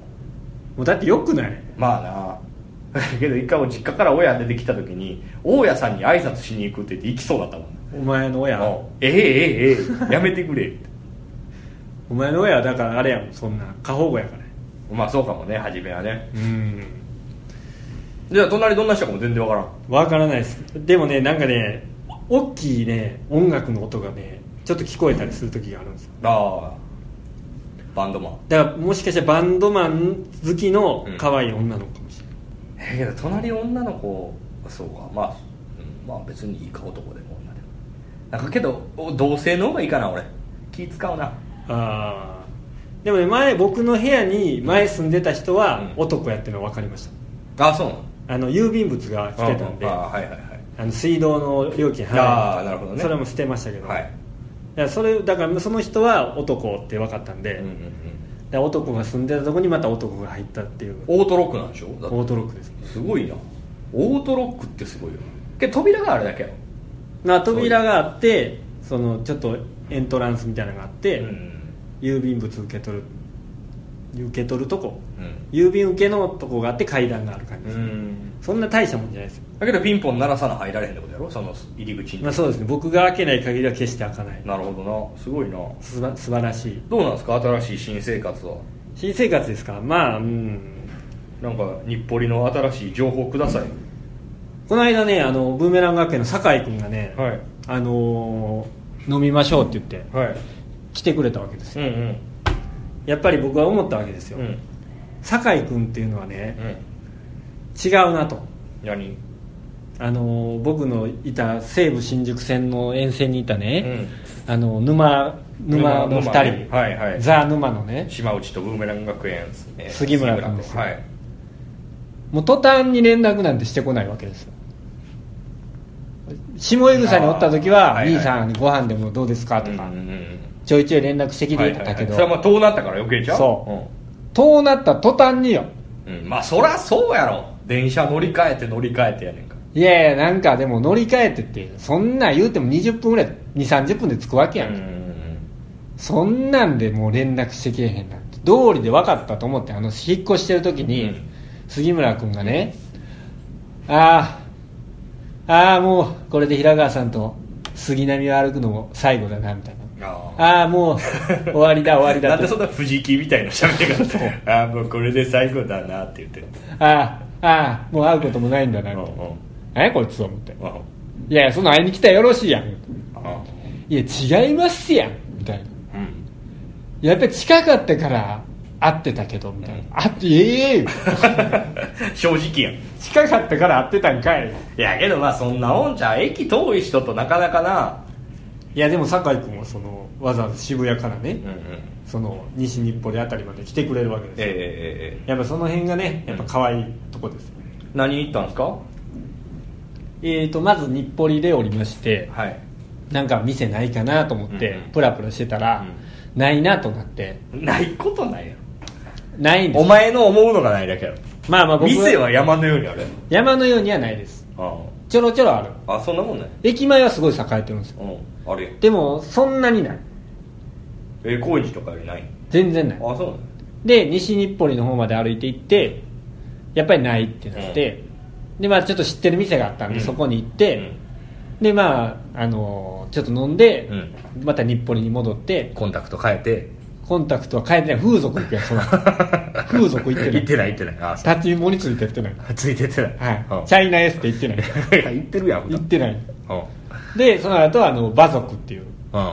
[SPEAKER 1] うだってよくない
[SPEAKER 2] まあな けど一回も実家から親出てきた時に大家さんに挨拶しに行くって言って行きそうだったもん
[SPEAKER 1] お前の親
[SPEAKER 2] あええええええやめてくれ って
[SPEAKER 1] お前の親はだからあれやもんそんな過保護やから
[SPEAKER 2] まあそうかもね初めはね
[SPEAKER 1] うん
[SPEAKER 2] じゃあ隣どんな人かも全然分からん
[SPEAKER 1] わからないですでもねなんかね大きいね音楽の音がねちょっと聞こえたりする時があるんですよ
[SPEAKER 2] ああバンドマン
[SPEAKER 1] だからもしかしたらバンドマン好きの
[SPEAKER 2] うん
[SPEAKER 1] 可愛い女の子かもしれない、
[SPEAKER 2] えけど隣女の子そうかまあ、うんまあ別にいいか男でも女でもなんかけどお同性の方がいいかな俺気使うな
[SPEAKER 1] ああでもね前僕の部屋に前住んでた人は
[SPEAKER 2] うん
[SPEAKER 1] 男やってるの分かりまし
[SPEAKER 2] あそうな
[SPEAKER 1] たあの郵便物が来てたんで
[SPEAKER 2] あ
[SPEAKER 1] あ
[SPEAKER 2] あはいはいはい
[SPEAKER 1] の水道の料金払
[SPEAKER 2] ああなるほどね
[SPEAKER 1] それも捨てましたけど、
[SPEAKER 2] は
[SPEAKER 1] だ
[SPEAKER 2] い
[SPEAKER 1] からそれだからその人は男って分かったんで、
[SPEAKER 2] うんうんうん
[SPEAKER 1] で男が住んでたとこにまた男が入ったっていう
[SPEAKER 2] オートロックなんでしょだって
[SPEAKER 1] オートロックですね
[SPEAKER 2] すごいなオートロックってすごいよけど扉があるだけやろ
[SPEAKER 1] まあ扉があってそのちょっとエントランスみたいなのがあって、郵便物受け取る受け取るとこ
[SPEAKER 2] う
[SPEAKER 1] 郵便受けのとこがあって階段がある感じ
[SPEAKER 2] ん、
[SPEAKER 1] です、そんな大したもんじゃないですよ、
[SPEAKER 2] だけどピンポン鳴らさな入られへんってことやろその入り口に、
[SPEAKER 1] まあ、そうですね僕が開けない限りは決して開かない
[SPEAKER 2] なるほどなすごいなど
[SPEAKER 1] すば素晴らしいう
[SPEAKER 2] なんですか新しい新生活は
[SPEAKER 1] 新生活ですかまあうん
[SPEAKER 2] なんか日暮里の新しい情報ください、
[SPEAKER 1] この間ねあのブーメラン学園の酒井君がね、
[SPEAKER 2] はい
[SPEAKER 1] あのー飲みましょうって言って
[SPEAKER 2] はい
[SPEAKER 1] 来てくれたわけです
[SPEAKER 2] う
[SPEAKER 1] よ
[SPEAKER 2] んうん
[SPEAKER 1] やっぱり僕は思ったわけですよ、
[SPEAKER 2] うん
[SPEAKER 1] 酒井君っていうのはね
[SPEAKER 2] うん
[SPEAKER 1] 違うなと
[SPEAKER 2] 何
[SPEAKER 1] あの僕のいた西武新宿線の沿線にいたね、あの沼沼の
[SPEAKER 2] 沼
[SPEAKER 1] 2
[SPEAKER 2] ね
[SPEAKER 1] 人、
[SPEAKER 2] はいはい
[SPEAKER 1] ザ・沼のね
[SPEAKER 2] 島内とブーメラン学園ですね
[SPEAKER 1] 杉村君
[SPEAKER 2] 杉村はい
[SPEAKER 1] もう途端に連絡なんてしてこないわけですよ下井草におった時は「
[SPEAKER 2] あーはいはい
[SPEAKER 1] 兄さんにご飯でもどうですか?」とか、
[SPEAKER 2] うんうんうん
[SPEAKER 1] ちょいちょい連絡してき
[SPEAKER 2] は
[SPEAKER 1] て
[SPEAKER 2] い
[SPEAKER 1] い
[SPEAKER 2] はい
[SPEAKER 1] た
[SPEAKER 2] はい
[SPEAKER 1] だけど、
[SPEAKER 2] それはまあ遠なったから余計ちゃう
[SPEAKER 1] そ
[SPEAKER 2] うん
[SPEAKER 1] 遠なった途端によ
[SPEAKER 2] うん、まあそらそうやろ電車乗り換えて乗り換えてやねんか
[SPEAKER 1] いやいやなんかでも乗り換えてってそんなん言うても20分ぐらい2 3 0分で着くわけやん、そんなんでもう連絡してけえへんなんて道理で分かったと思ってあの引っ越してる時に、
[SPEAKER 2] うん
[SPEAKER 1] 杉村君がねああああもうこれで平川さんと杉並を歩くのも最後だなみたいな
[SPEAKER 2] ああ
[SPEAKER 1] ああもう終わ りだ終わりだ
[SPEAKER 2] な
[SPEAKER 1] っ
[SPEAKER 2] んでそ
[SPEAKER 1] て
[SPEAKER 2] んな藤木みたいな喋り方して ああもうこれで最後だなって言って
[SPEAKER 1] ああああもう会うこともないんだな
[SPEAKER 2] うん
[SPEAKER 1] み
[SPEAKER 2] う
[SPEAKER 1] た
[SPEAKER 2] ん
[SPEAKER 1] いな何やこいつと思って
[SPEAKER 2] うんあ
[SPEAKER 1] いやいやそんなん会いに来たらよろしいやん
[SPEAKER 2] あ
[SPEAKER 1] いや違いますやんみたいな
[SPEAKER 2] うん
[SPEAKER 1] やっぱり近かったから会ってたけどみたいな、あってええ
[SPEAKER 2] 正直やんい
[SPEAKER 1] 近かったから会ってたんかい
[SPEAKER 2] やけどまあそんなもんじゃん駅遠い人となかなかない
[SPEAKER 1] やでも酒井君はそのわざわざ渋谷からね、
[SPEAKER 2] うんうん
[SPEAKER 1] その西日暮里あたりまで来てくれるわけですよ、
[SPEAKER 2] えええええ
[SPEAKER 1] やっぱその辺がねやっぱ可愛いとこですよ、
[SPEAKER 2] え何行ったんですか
[SPEAKER 1] えー、とまず日暮里で降りまして
[SPEAKER 2] はい
[SPEAKER 1] なんか店ないかなと思って
[SPEAKER 2] うんうん
[SPEAKER 1] プラプラしてたら、ないなとなって
[SPEAKER 2] ないことないやろ
[SPEAKER 1] ないんです
[SPEAKER 2] お前の思うのがないだけやろ
[SPEAKER 1] まあまあ僕
[SPEAKER 2] 店は山のようにあるや
[SPEAKER 1] 山のようにはないです
[SPEAKER 2] ろ
[SPEAKER 1] ちょろちょろある
[SPEAKER 2] ああそんなもんない
[SPEAKER 1] 駅前はすごい栄えてるんですよ
[SPEAKER 2] うんあるやん
[SPEAKER 1] でもそんなにない
[SPEAKER 2] え高円寺とかよりない
[SPEAKER 1] 全然ない
[SPEAKER 2] あそうなの
[SPEAKER 1] で西日暮里の方まで歩いて行ってやっぱりないってなって、でまあちょっと知ってる店があったんで、
[SPEAKER 2] うん
[SPEAKER 1] そこに行って、でまああのーちょっと飲んで、
[SPEAKER 2] うん
[SPEAKER 1] また日暮里に戻って
[SPEAKER 2] コンタクト変えて
[SPEAKER 1] コンタクトは変えてない風俗行くやんその 風俗行ってない
[SPEAKER 2] 行ってない行ってないあそ
[SPEAKER 1] 立ち芋について行ってない、
[SPEAKER 2] うついてってない
[SPEAKER 1] はい、チャイナエステ行ってない
[SPEAKER 2] い行ってるやん
[SPEAKER 1] 行
[SPEAKER 2] 普
[SPEAKER 1] ってない
[SPEAKER 2] 段うん
[SPEAKER 1] でその後あの馬族っていう
[SPEAKER 2] うんう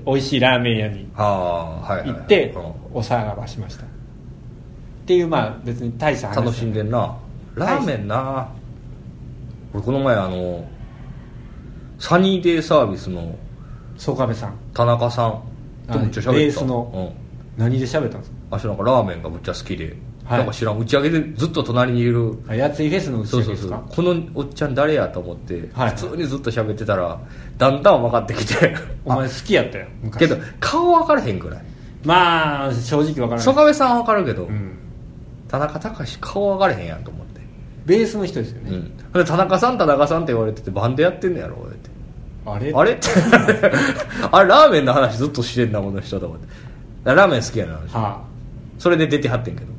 [SPEAKER 2] ん
[SPEAKER 1] 美味しいラーメン屋に
[SPEAKER 2] ああはいはい
[SPEAKER 1] 行
[SPEAKER 2] はい
[SPEAKER 1] って
[SPEAKER 2] うん
[SPEAKER 1] おさらばしましたっていうまあ別に大した話
[SPEAKER 2] 楽しんでんなラーメンな俺この前あのサニーデイサービスの
[SPEAKER 1] 曽我部さん
[SPEAKER 2] 田中さんとめっちゃ喋った
[SPEAKER 1] あベースの
[SPEAKER 2] うん
[SPEAKER 1] 何で喋ったんですか
[SPEAKER 2] あしなんかラーメンがむっちゃ好きで、
[SPEAKER 1] はい
[SPEAKER 2] なんか知らん打ち上げでずっと隣にいる
[SPEAKER 1] あやついフェスの打ち
[SPEAKER 2] そう
[SPEAKER 1] 上
[SPEAKER 2] そ
[SPEAKER 1] げ
[SPEAKER 2] う
[SPEAKER 1] です
[SPEAKER 2] そ
[SPEAKER 1] か
[SPEAKER 2] うこのおっちゃん誰やと思って、
[SPEAKER 1] はい
[SPEAKER 2] 普通にずっと喋ってたらだんだん分かってきて
[SPEAKER 1] お前好きやったよ昔
[SPEAKER 2] けど顔分からへんぐらい
[SPEAKER 1] まあ正直わからな
[SPEAKER 2] 曽
[SPEAKER 1] い、
[SPEAKER 2] 我部さんは分かるけど、
[SPEAKER 1] うん、
[SPEAKER 2] 田中隆顔分からへんやんと思って、
[SPEAKER 1] ベースの人ですよ
[SPEAKER 2] う
[SPEAKER 1] ね、
[SPEAKER 2] ん、で田中さん田中さんって言われててバンドやってんのやろ俺って
[SPEAKER 1] あれ
[SPEAKER 2] あれ あれラーメンの話ずっとしてんなこの人と思ってラーメン好きやな
[SPEAKER 1] は
[SPEAKER 2] それで出てはってんけど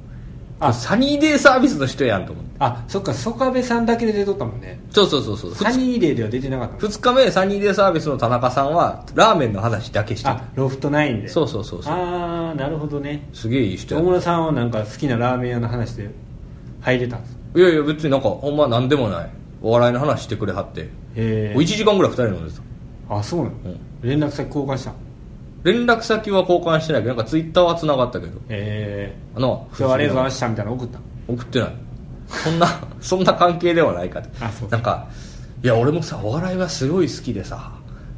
[SPEAKER 1] ああ
[SPEAKER 2] サニーデイサービスの人やんと思って
[SPEAKER 1] あそっか曽我部さんだけで出とったもんね
[SPEAKER 2] そうそうそうそう
[SPEAKER 1] サニーデーでは出てなかったもん
[SPEAKER 2] 2日目サニーデイサービスの田中さんはラーメンの話だけしてた
[SPEAKER 1] あロフトナインで
[SPEAKER 2] そうそうそうそう
[SPEAKER 1] ああなるほどね
[SPEAKER 2] すげえいい人
[SPEAKER 1] 大
[SPEAKER 2] や
[SPEAKER 1] 村さんはなんか好きなラーメン屋の話で入れたんです
[SPEAKER 2] いやいや別になんかほんま何でもないお笑いの話してくれはって、
[SPEAKER 1] へ
[SPEAKER 2] 1時間ぐらい2人飲んでた
[SPEAKER 1] ーあそうなの、
[SPEAKER 2] うん
[SPEAKER 1] 連絡先交換したへ
[SPEAKER 2] 連絡先は交換してないけどなんかツイッターは繋がったけど
[SPEAKER 1] え
[SPEAKER 2] あの
[SPEAKER 1] 今日はありがとうございましたみたいなの送ったの
[SPEAKER 2] 送ってないそんな そんな関係ではないかと
[SPEAKER 1] あそう
[SPEAKER 2] なんかいや俺もさお笑いはすごい好きでさ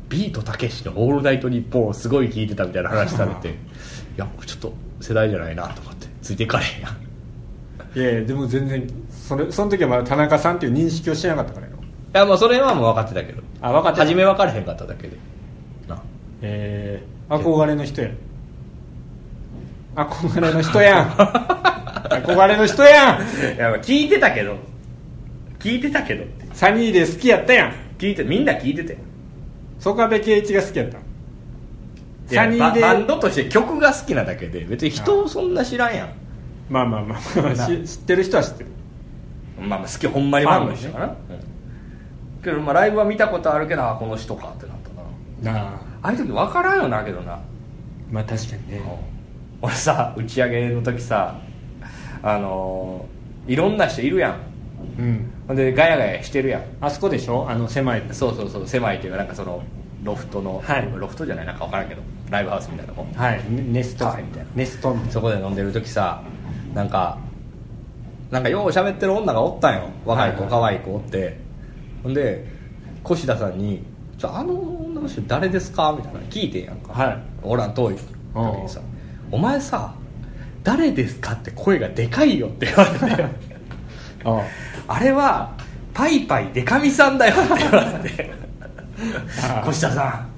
[SPEAKER 2] ビートたけしの「オールナイトニッポン」をすごい聞いてたみたいな話され ていやちょっと世代じゃないなと思ってついていかれへんやん
[SPEAKER 1] いやいやでも全然それその時はまだ田中さんっていう認識をしてなかったからよ
[SPEAKER 2] いやまあそれはもう分かってたけど
[SPEAKER 1] あ分かってた
[SPEAKER 2] 初め分からへんかっただけでな
[SPEAKER 1] えー、憧れの人や憧れの人やん 憧れの人やん
[SPEAKER 2] いやまあ聞いてたけど聞いてたけどって
[SPEAKER 1] サニーで好きやったやん
[SPEAKER 2] 聞いてみんな聞いてて
[SPEAKER 1] 曽我部圭一が好きやったサニーで
[SPEAKER 2] バンドとして曲が好きなだけで別に人をそんな知らんやん
[SPEAKER 1] まあまあまあ、まあ、し知ってる人は知ってる
[SPEAKER 2] まあまあ好きほんまにファンの人かな、うんけどまあライブは見たことあるけどあこの人かってなったな
[SPEAKER 1] なあ
[SPEAKER 2] ああいう時分からんよなけどな
[SPEAKER 1] まあ確かにね
[SPEAKER 2] 俺さ打ち上げの時さあのーいろんな人いるやん
[SPEAKER 1] うん
[SPEAKER 2] ほんでガヤガヤしてるやん
[SPEAKER 1] あそこでしょあの狭い
[SPEAKER 2] そうそうそう狭いというかなんかそのロフトの、
[SPEAKER 1] はい
[SPEAKER 2] ロフトじゃないなんか分からんけどライブハウスみたいなとこ
[SPEAKER 1] はいねネスト
[SPEAKER 2] はいみたいな
[SPEAKER 1] ネストみたいな
[SPEAKER 2] そこで飲んでる時さなんかなんかよう喋ってる女がおったんよ若い子、
[SPEAKER 1] はい
[SPEAKER 2] 可愛い子おってほんで越田さんに「ちょあの女の人誰ですか?」みたいなの聞いてんやんか、
[SPEAKER 1] はい
[SPEAKER 2] 俺は遠い時にさ「お前さ誰ですか?」って声がでかいよって言われ て
[SPEAKER 1] あ
[SPEAKER 2] あれはパイパイデカミさんだよって言われて
[SPEAKER 1] あ
[SPEAKER 2] 越田さん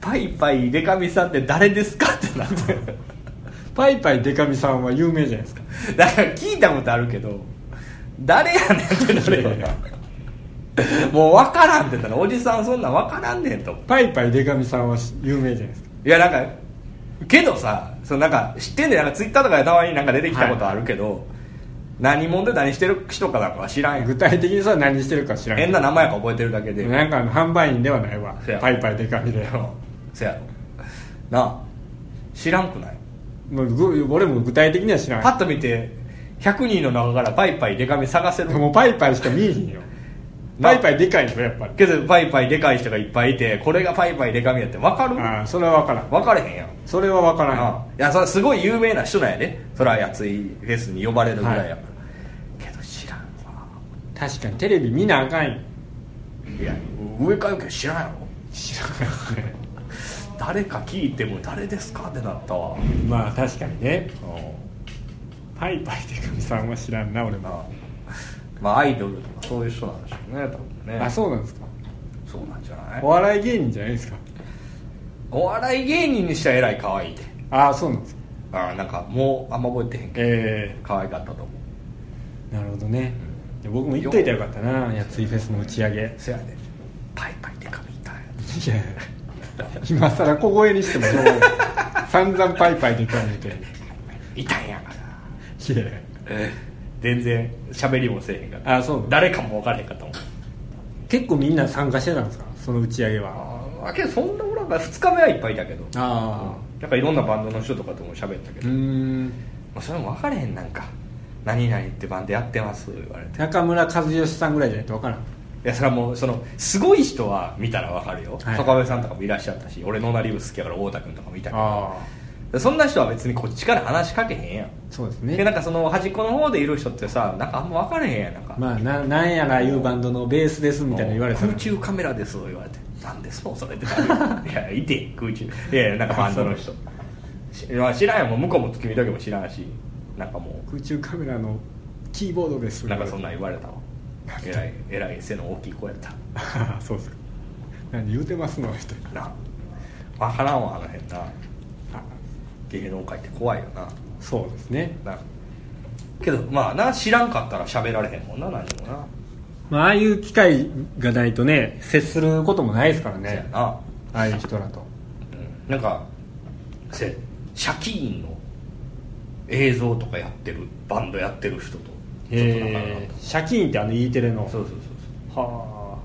[SPEAKER 2] パイパイデカミさんって誰ですかってなって
[SPEAKER 1] パイパイデカミさんは有名じゃないですか
[SPEAKER 2] だから聞いたことあるけど誰やねんってなるよなもう分からんって言ったらおじさんそんなん分からんねんと
[SPEAKER 1] パイパイデカミさんはし有名じゃないですか
[SPEAKER 2] いやなんかけどさそのなんか知ってんねんなんかツイッターとかでたまになんか出てきたことあるけど、何者で何してる人かなんかは知らんや
[SPEAKER 1] 具
[SPEAKER 2] ん
[SPEAKER 1] 体的にさ何してるか知らんけ
[SPEAKER 2] 変
[SPEAKER 1] ど
[SPEAKER 2] な名前か覚えてるだけで、
[SPEAKER 1] なんかあの販売員ではないわ
[SPEAKER 2] そうや
[SPEAKER 1] パイパイデカミだよ
[SPEAKER 2] せやろなあ知らんくない
[SPEAKER 1] もうぐ俺も具体的には知らん
[SPEAKER 2] パッと見て100人の中からパイパイデカミ探せる
[SPEAKER 1] でもパイパイしか見えへんよ
[SPEAKER 2] な
[SPEAKER 1] パイパイでかいよやっぱり
[SPEAKER 2] けどパイパイでかい人がいっぱいいてこれがパイパイデカミやって分かる
[SPEAKER 1] ああそれは分からん
[SPEAKER 2] 分かれへんやん
[SPEAKER 1] それは分からん
[SPEAKER 2] あいやそれすごい有名な人なんやねそれはやついフェスに呼ばれるぐらいやから、けど知らんわ
[SPEAKER 1] 確かにテレビ見なあかんよ
[SPEAKER 2] いや上かよけど知らんやろ
[SPEAKER 1] 知らんよね
[SPEAKER 2] 誰か聞いても誰ですかってなったわ
[SPEAKER 1] まあ確かにね
[SPEAKER 2] うん
[SPEAKER 1] パイパイでかみさんは知らんな俺も
[SPEAKER 2] なまあアイドルとかそういう人なんでしょうね多分ね
[SPEAKER 1] あそうなんですか
[SPEAKER 2] そうなんじゃない
[SPEAKER 1] お笑い芸人じゃないですか
[SPEAKER 2] お笑い芸人にしてはえらい可愛いで
[SPEAKER 1] ああそうなんですか
[SPEAKER 2] あなんかもうあんま覚えてへんけど
[SPEAKER 1] え
[SPEAKER 2] 可愛かったと思う
[SPEAKER 1] えなるほどねで僕も行っといたらよかったなやついフェスの打ち上げ
[SPEAKER 2] せやでパイパイでかみたい
[SPEAKER 1] いや今さら小声にしてもしょう がない散々パイパイでかめて
[SPEAKER 2] いたんやから
[SPEAKER 1] いや
[SPEAKER 2] 全然喋りもせえへんかった
[SPEAKER 1] あそう
[SPEAKER 2] 誰かも分からへんかったもん
[SPEAKER 1] 結構みんな参加してたんですかその打ち上げは
[SPEAKER 2] ああけどそんなおらんから2日目はいっぱいいたけど
[SPEAKER 1] あ
[SPEAKER 2] なんかいろんなバンドの人とかとも喋ったけ
[SPEAKER 1] う
[SPEAKER 2] ど、ま
[SPEAKER 1] ん
[SPEAKER 2] あ、それも分からへんなんか「何々ってバンドやってます」言われて
[SPEAKER 1] 中村和義さんぐらいじゃないと分からん
[SPEAKER 2] いやそれはもうそのすごい人は見たら分かるよ
[SPEAKER 1] はい
[SPEAKER 2] 坂上さんとかもいらっしゃったし俺ノーナリウス好きやから太田君とかもいたけ
[SPEAKER 1] ああ
[SPEAKER 2] どそんな人は別にこっちから話しかけへんやん
[SPEAKER 1] そうです
[SPEAKER 2] でな
[SPEAKER 1] ね
[SPEAKER 2] んかその端っこの方でいる人ってさなんかあんま分からへんやんなんか、
[SPEAKER 1] まあななんやらいうバンドのベースですみたいな言われたら
[SPEAKER 2] 空中カメラです言われてなんですもんそれって いやいて空中いやいやなんかバンドの人しいや知らんやんもう向こうも君だけも知らんしなんかも
[SPEAKER 1] 空中カメラのキーボードです
[SPEAKER 2] うなんかそんなん言われたわえらいえらい背の大きい子やった
[SPEAKER 1] あ あそうですか何言うてますの人
[SPEAKER 2] な分からんわあの辺な芸能界って怖いよな
[SPEAKER 1] そうですね、
[SPEAKER 2] なけどまあな知らんかったら喋られへんもんな何もな
[SPEAKER 1] まあ、ああいう機会がないとね接することもないですから
[SPEAKER 2] そや
[SPEAKER 1] ね
[SPEAKER 2] な、
[SPEAKER 1] ああいう人らと
[SPEAKER 2] うん、なんかせシャキーンの映像とかやってるバンドやってる人とちょっと仲良かっ
[SPEAKER 1] ええシャキーンってあの E テレの
[SPEAKER 2] たそうそうそうそう
[SPEAKER 1] は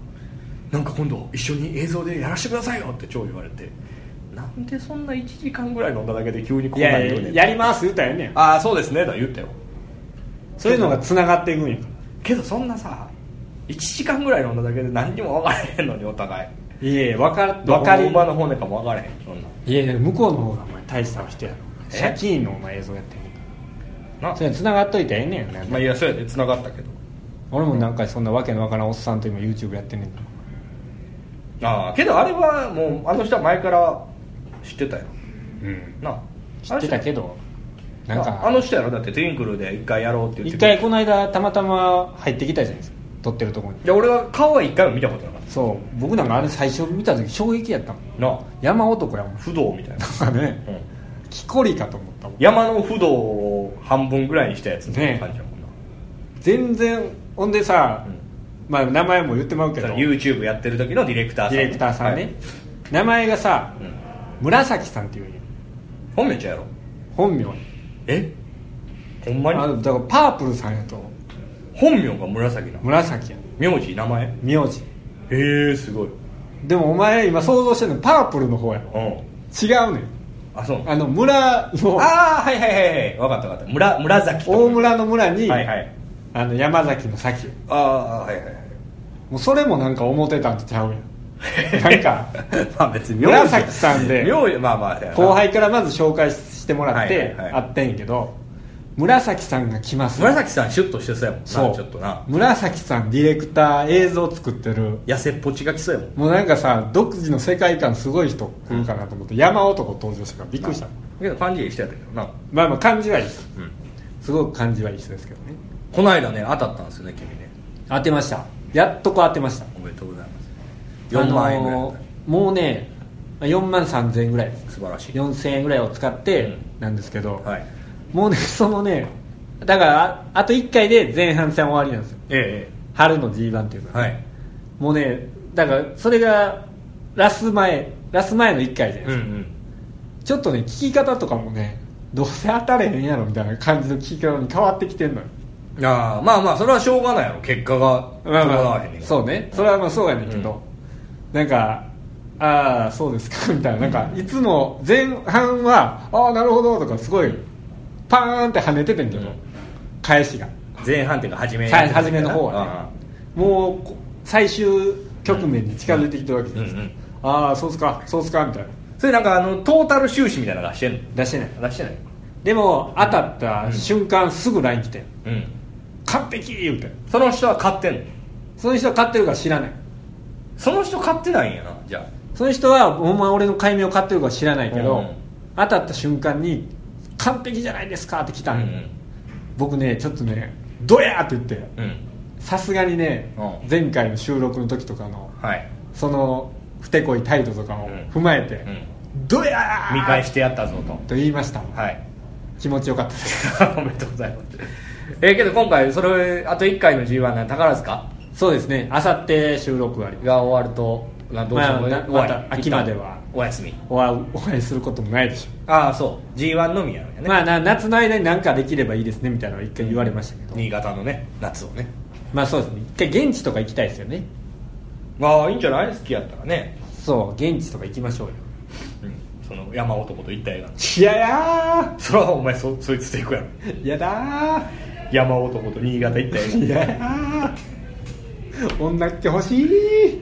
[SPEAKER 2] なんか今度一緒に映像でやらせてくださいよって超言われてなんでそんな1時間ぐらい飲んだだけで急に
[SPEAKER 1] あ
[SPEAKER 2] こ
[SPEAKER 1] い
[SPEAKER 2] んな
[SPEAKER 1] や
[SPEAKER 2] に
[SPEAKER 1] い
[SPEAKER 2] 言うね
[SPEAKER 1] や
[SPEAKER 2] ん
[SPEAKER 1] やります言うたらやねん
[SPEAKER 2] ああそうですねとは言ったよ
[SPEAKER 1] そういうのがつながっていくんやか
[SPEAKER 2] けどそんなさ1時間ぐらい飲んだだけで何にも分からへんのにお互い
[SPEAKER 1] らいやいや分か
[SPEAKER 2] ど
[SPEAKER 1] 分か
[SPEAKER 2] こ
[SPEAKER 1] り
[SPEAKER 2] の馬の骨かも分からへんそんない
[SPEAKER 1] やいや向こうの方がお前大した人やろ
[SPEAKER 2] え
[SPEAKER 1] シャキーンのお前映像やってんねんから
[SPEAKER 2] な
[SPEAKER 1] それつながっといたらええねんなんか
[SPEAKER 2] まあいやそうやで繋がったけど
[SPEAKER 1] 俺もなんかそんなわけのわからんおっさんと今 YouTube やってんねんから
[SPEAKER 2] ああけどあれはもうあの人は前から知ってたよ
[SPEAKER 1] うん
[SPEAKER 2] なあ
[SPEAKER 1] 知ってたけどなん
[SPEAKER 2] ああ
[SPEAKER 1] か
[SPEAKER 2] の人やろだってトゥインクルで一回やろうって言
[SPEAKER 1] 一
[SPEAKER 2] ってくれ
[SPEAKER 1] 回この間たまたま入ってきたじゃないですか撮ってるとこに
[SPEAKER 2] いや俺は顔は一回も見たことなかっ
[SPEAKER 1] そう僕なんかあれ最初見た時衝撃やったもん
[SPEAKER 2] たなあ
[SPEAKER 1] 山男やもん
[SPEAKER 2] 不動みたいな
[SPEAKER 1] なんかね
[SPEAKER 2] うん
[SPEAKER 1] 昨木こりかと思ったもん
[SPEAKER 2] 山の不動を半分ぐらいにしたやつの
[SPEAKER 1] ね
[SPEAKER 2] 感じだもんな、
[SPEAKER 1] 全然ほんでさ、
[SPEAKER 2] うん
[SPEAKER 1] まあ名前も言ってまうけど
[SPEAKER 2] その
[SPEAKER 1] デ
[SPEAKER 2] YouTube やってる時のディレクターさん
[SPEAKER 1] ィレクターさんね、名前がさ、
[SPEAKER 2] はいうん
[SPEAKER 1] 紫さんっていうんや
[SPEAKER 2] 本名ちゃうやろ
[SPEAKER 1] 本名
[SPEAKER 2] えほんま
[SPEAKER 1] あ
[SPEAKER 2] に
[SPEAKER 1] のだからパープルさんやと
[SPEAKER 2] 本名が紫なの
[SPEAKER 1] 紫や
[SPEAKER 2] 名字名前へ
[SPEAKER 1] 名字
[SPEAKER 2] えすごい
[SPEAKER 1] でもお前今想像してるのパープルの方やろ
[SPEAKER 2] うん
[SPEAKER 1] 違うねん
[SPEAKER 2] あそう
[SPEAKER 1] あの村の
[SPEAKER 2] ああはいはいはいはい分かった分かった村紫とか
[SPEAKER 1] 大村の村に、
[SPEAKER 2] はいはい
[SPEAKER 1] あの山崎の先
[SPEAKER 2] ああはいはいはい
[SPEAKER 1] もうそれもなんか思ってたんとちゃうやん なんか
[SPEAKER 2] まあ別に
[SPEAKER 1] 紫さんで
[SPEAKER 2] 名字まあまあ
[SPEAKER 1] 後輩からまず紹介してもらって、
[SPEAKER 2] はいはいはい
[SPEAKER 1] 会ってんけど紫さんが来ます
[SPEAKER 2] 紫さんシュッとしてそうやもんな
[SPEAKER 1] そう
[SPEAKER 2] ちょっとな
[SPEAKER 1] 紫さんディレクター映像作ってる
[SPEAKER 2] 痩せっぽちがきそうやもん
[SPEAKER 1] もうなんかさ独自の世界観すごい人来るかなと思って、山男登場したからびっくりした、
[SPEAKER 2] けど感じいい人やったけどな
[SPEAKER 1] まあまあ感じはいい
[SPEAKER 2] うん
[SPEAKER 1] すごく感じはいい人ですけどね
[SPEAKER 2] この間ね当たったんですよね君ね
[SPEAKER 1] 当てましたやっとこう当てました
[SPEAKER 2] おめでとうございます4万円ぐらいだっ
[SPEAKER 1] あのーもうね4万3000円ぐらい
[SPEAKER 2] た素晴らしい
[SPEAKER 1] 4000円ぐらいを使って
[SPEAKER 2] うん
[SPEAKER 1] なんですけど、
[SPEAKER 2] はい
[SPEAKER 1] もうねそのねだからああと1回で前半戦終わりなんですよ
[SPEAKER 2] え
[SPEAKER 1] 春の G1 っていうの
[SPEAKER 2] え
[SPEAKER 1] は、
[SPEAKER 2] はい
[SPEAKER 1] もうねだからそれがラス前ラス前の1回じゃないですか、ちょっとね聞き方とかもねどうせ当たれへんやろみたいな感じの聞き方に変わってきてんのよ
[SPEAKER 2] ああまあまあそれはしょうがないやろ結果が
[SPEAKER 1] まあま
[SPEAKER 2] 伴
[SPEAKER 1] あ
[SPEAKER 2] わへんねんから
[SPEAKER 1] そうねそれはまあそうやねんけど、なんかああそうですかみたいななんかいつも前半はああなるほどとかすごいパーンって跳ねててんけど、
[SPEAKER 2] うん
[SPEAKER 1] 返しが
[SPEAKER 2] 前半っていうか初め
[SPEAKER 1] さ初めの方は
[SPEAKER 2] あ
[SPEAKER 1] ねもうこ最終局面に近づいてきてるわけじゃないですか、
[SPEAKER 2] うんうん
[SPEAKER 1] ああそうっすかそうっすかみたいな
[SPEAKER 2] あそれなんかあのトータル収支みたいなの出してんの
[SPEAKER 1] 出してない
[SPEAKER 2] 出してない
[SPEAKER 1] でも当たった瞬間すぐ LINE 来て
[SPEAKER 2] うん
[SPEAKER 1] 「完璧!」言うて
[SPEAKER 2] その人は買ってんの
[SPEAKER 1] その人は買ってるか知らない
[SPEAKER 2] その人買ってないんやなじゃ
[SPEAKER 1] その人はほんま俺の解明を買ってるか知らないけど、
[SPEAKER 2] うん
[SPEAKER 1] 当たった瞬間に「完璧じゃないですか」って来
[SPEAKER 2] あ
[SPEAKER 1] たんよ、僕ねちょっとね「ドヤ!」って言って
[SPEAKER 2] うん
[SPEAKER 1] さすがにね、
[SPEAKER 2] うん
[SPEAKER 1] 前回の収録の時とかの
[SPEAKER 2] はい
[SPEAKER 1] そのふてこい態度とかを
[SPEAKER 2] うん
[SPEAKER 1] 踏まえて
[SPEAKER 2] うん
[SPEAKER 1] 「ドヤ!」
[SPEAKER 2] 見返してやったぞと
[SPEAKER 1] と言いました
[SPEAKER 2] はい
[SPEAKER 1] 気持ちよかったです
[SPEAKER 2] おめでとうございますえーけど今回それあと1回の G1 なん宝塚
[SPEAKER 1] そうですねあさって収録があります
[SPEAKER 2] が終わるとなどうしようも
[SPEAKER 1] まあな
[SPEAKER 2] 終わり
[SPEAKER 1] また秋までは
[SPEAKER 2] 一旦お休み
[SPEAKER 1] お会うお会いすることもないでしょ
[SPEAKER 2] ああそう G1 のみやろ
[SPEAKER 1] う、
[SPEAKER 2] うやね
[SPEAKER 1] まあな夏の間に何かできればいいですねみたいなのは一回言われましたけど、
[SPEAKER 2] 新潟のね夏をね
[SPEAKER 1] まあそうですね一回現地とか行きたいですよね
[SPEAKER 2] まあいいんじゃない好きやったらね、
[SPEAKER 1] そう現地とか行きましょうよ
[SPEAKER 2] その山男と一体が
[SPEAKER 1] いやや
[SPEAKER 2] それはお前そそいつと行くやろ
[SPEAKER 1] ーやだ
[SPEAKER 2] 山男と新潟一
[SPEAKER 1] ー
[SPEAKER 2] 体
[SPEAKER 1] いややー女っ気欲しい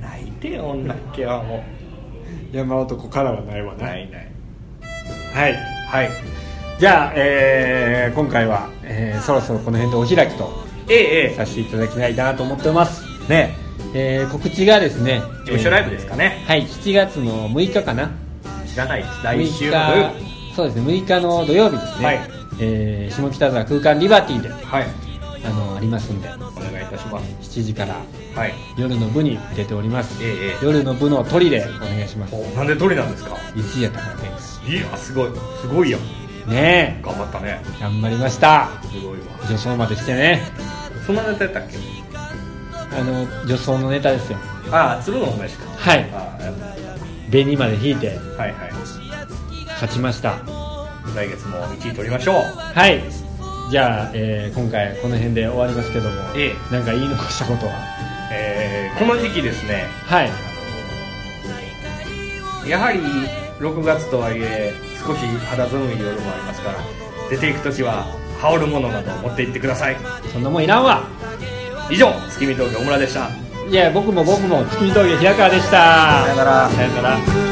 [SPEAKER 2] 泣いてよ女っけはも
[SPEAKER 1] 山男からはないわ
[SPEAKER 2] う
[SPEAKER 1] ね
[SPEAKER 2] ないない
[SPEAKER 1] はい
[SPEAKER 2] はい
[SPEAKER 1] じゃあ、えー今回は、えーそろそろこの辺でお開きと
[SPEAKER 2] ええ
[SPEAKER 1] させていただきたいなと思ってます、
[SPEAKER 2] ええね
[SPEAKER 1] えー告知がですね
[SPEAKER 2] 事務所ライブですかね
[SPEAKER 1] えーはい7月の6日かな
[SPEAKER 2] 知らないです
[SPEAKER 1] 6
[SPEAKER 2] 来
[SPEAKER 1] 日
[SPEAKER 2] 週の土曜日
[SPEAKER 1] そうですね6日の土曜日ですね、
[SPEAKER 2] はい
[SPEAKER 1] えー下北沢空間リバティで
[SPEAKER 2] はい
[SPEAKER 1] あのありますんで
[SPEAKER 2] お願いいたします
[SPEAKER 1] 7時から
[SPEAKER 2] はい
[SPEAKER 1] 夜の部に出ております、
[SPEAKER 2] ええええ
[SPEAKER 1] 夜の部の鳥でお願いします
[SPEAKER 2] おなんで鳥なんですか
[SPEAKER 1] 1位やったからです
[SPEAKER 2] いやすごいすごいやん
[SPEAKER 1] ね
[SPEAKER 2] 頑張ったね
[SPEAKER 1] え頑張りました
[SPEAKER 2] すごいわ
[SPEAKER 1] 女装までしてね
[SPEAKER 2] そんなネタやったっけ
[SPEAKER 1] あの女装のネタですよ
[SPEAKER 2] ああ鶴のお前しか
[SPEAKER 1] はい
[SPEAKER 2] ああやっ
[SPEAKER 1] 紅まで引いて
[SPEAKER 2] ぱはいはい
[SPEAKER 1] 勝ちました
[SPEAKER 2] 来月も1位取りましょう
[SPEAKER 1] はいじゃあ、えー今回この辺で終わりますけども、
[SPEAKER 2] え
[SPEAKER 1] なんか言い残したことは
[SPEAKER 2] えーこの時期ですね
[SPEAKER 1] はい
[SPEAKER 2] やはり6月とはいえ少し肌寒い夜もありますから出ていく時は羽織るものなどを持って行ってください
[SPEAKER 1] そんなもんいらんわ
[SPEAKER 2] 以上月見峠大村でした
[SPEAKER 1] いや僕も僕も月見峠平川でした
[SPEAKER 2] さよなら
[SPEAKER 1] さよなら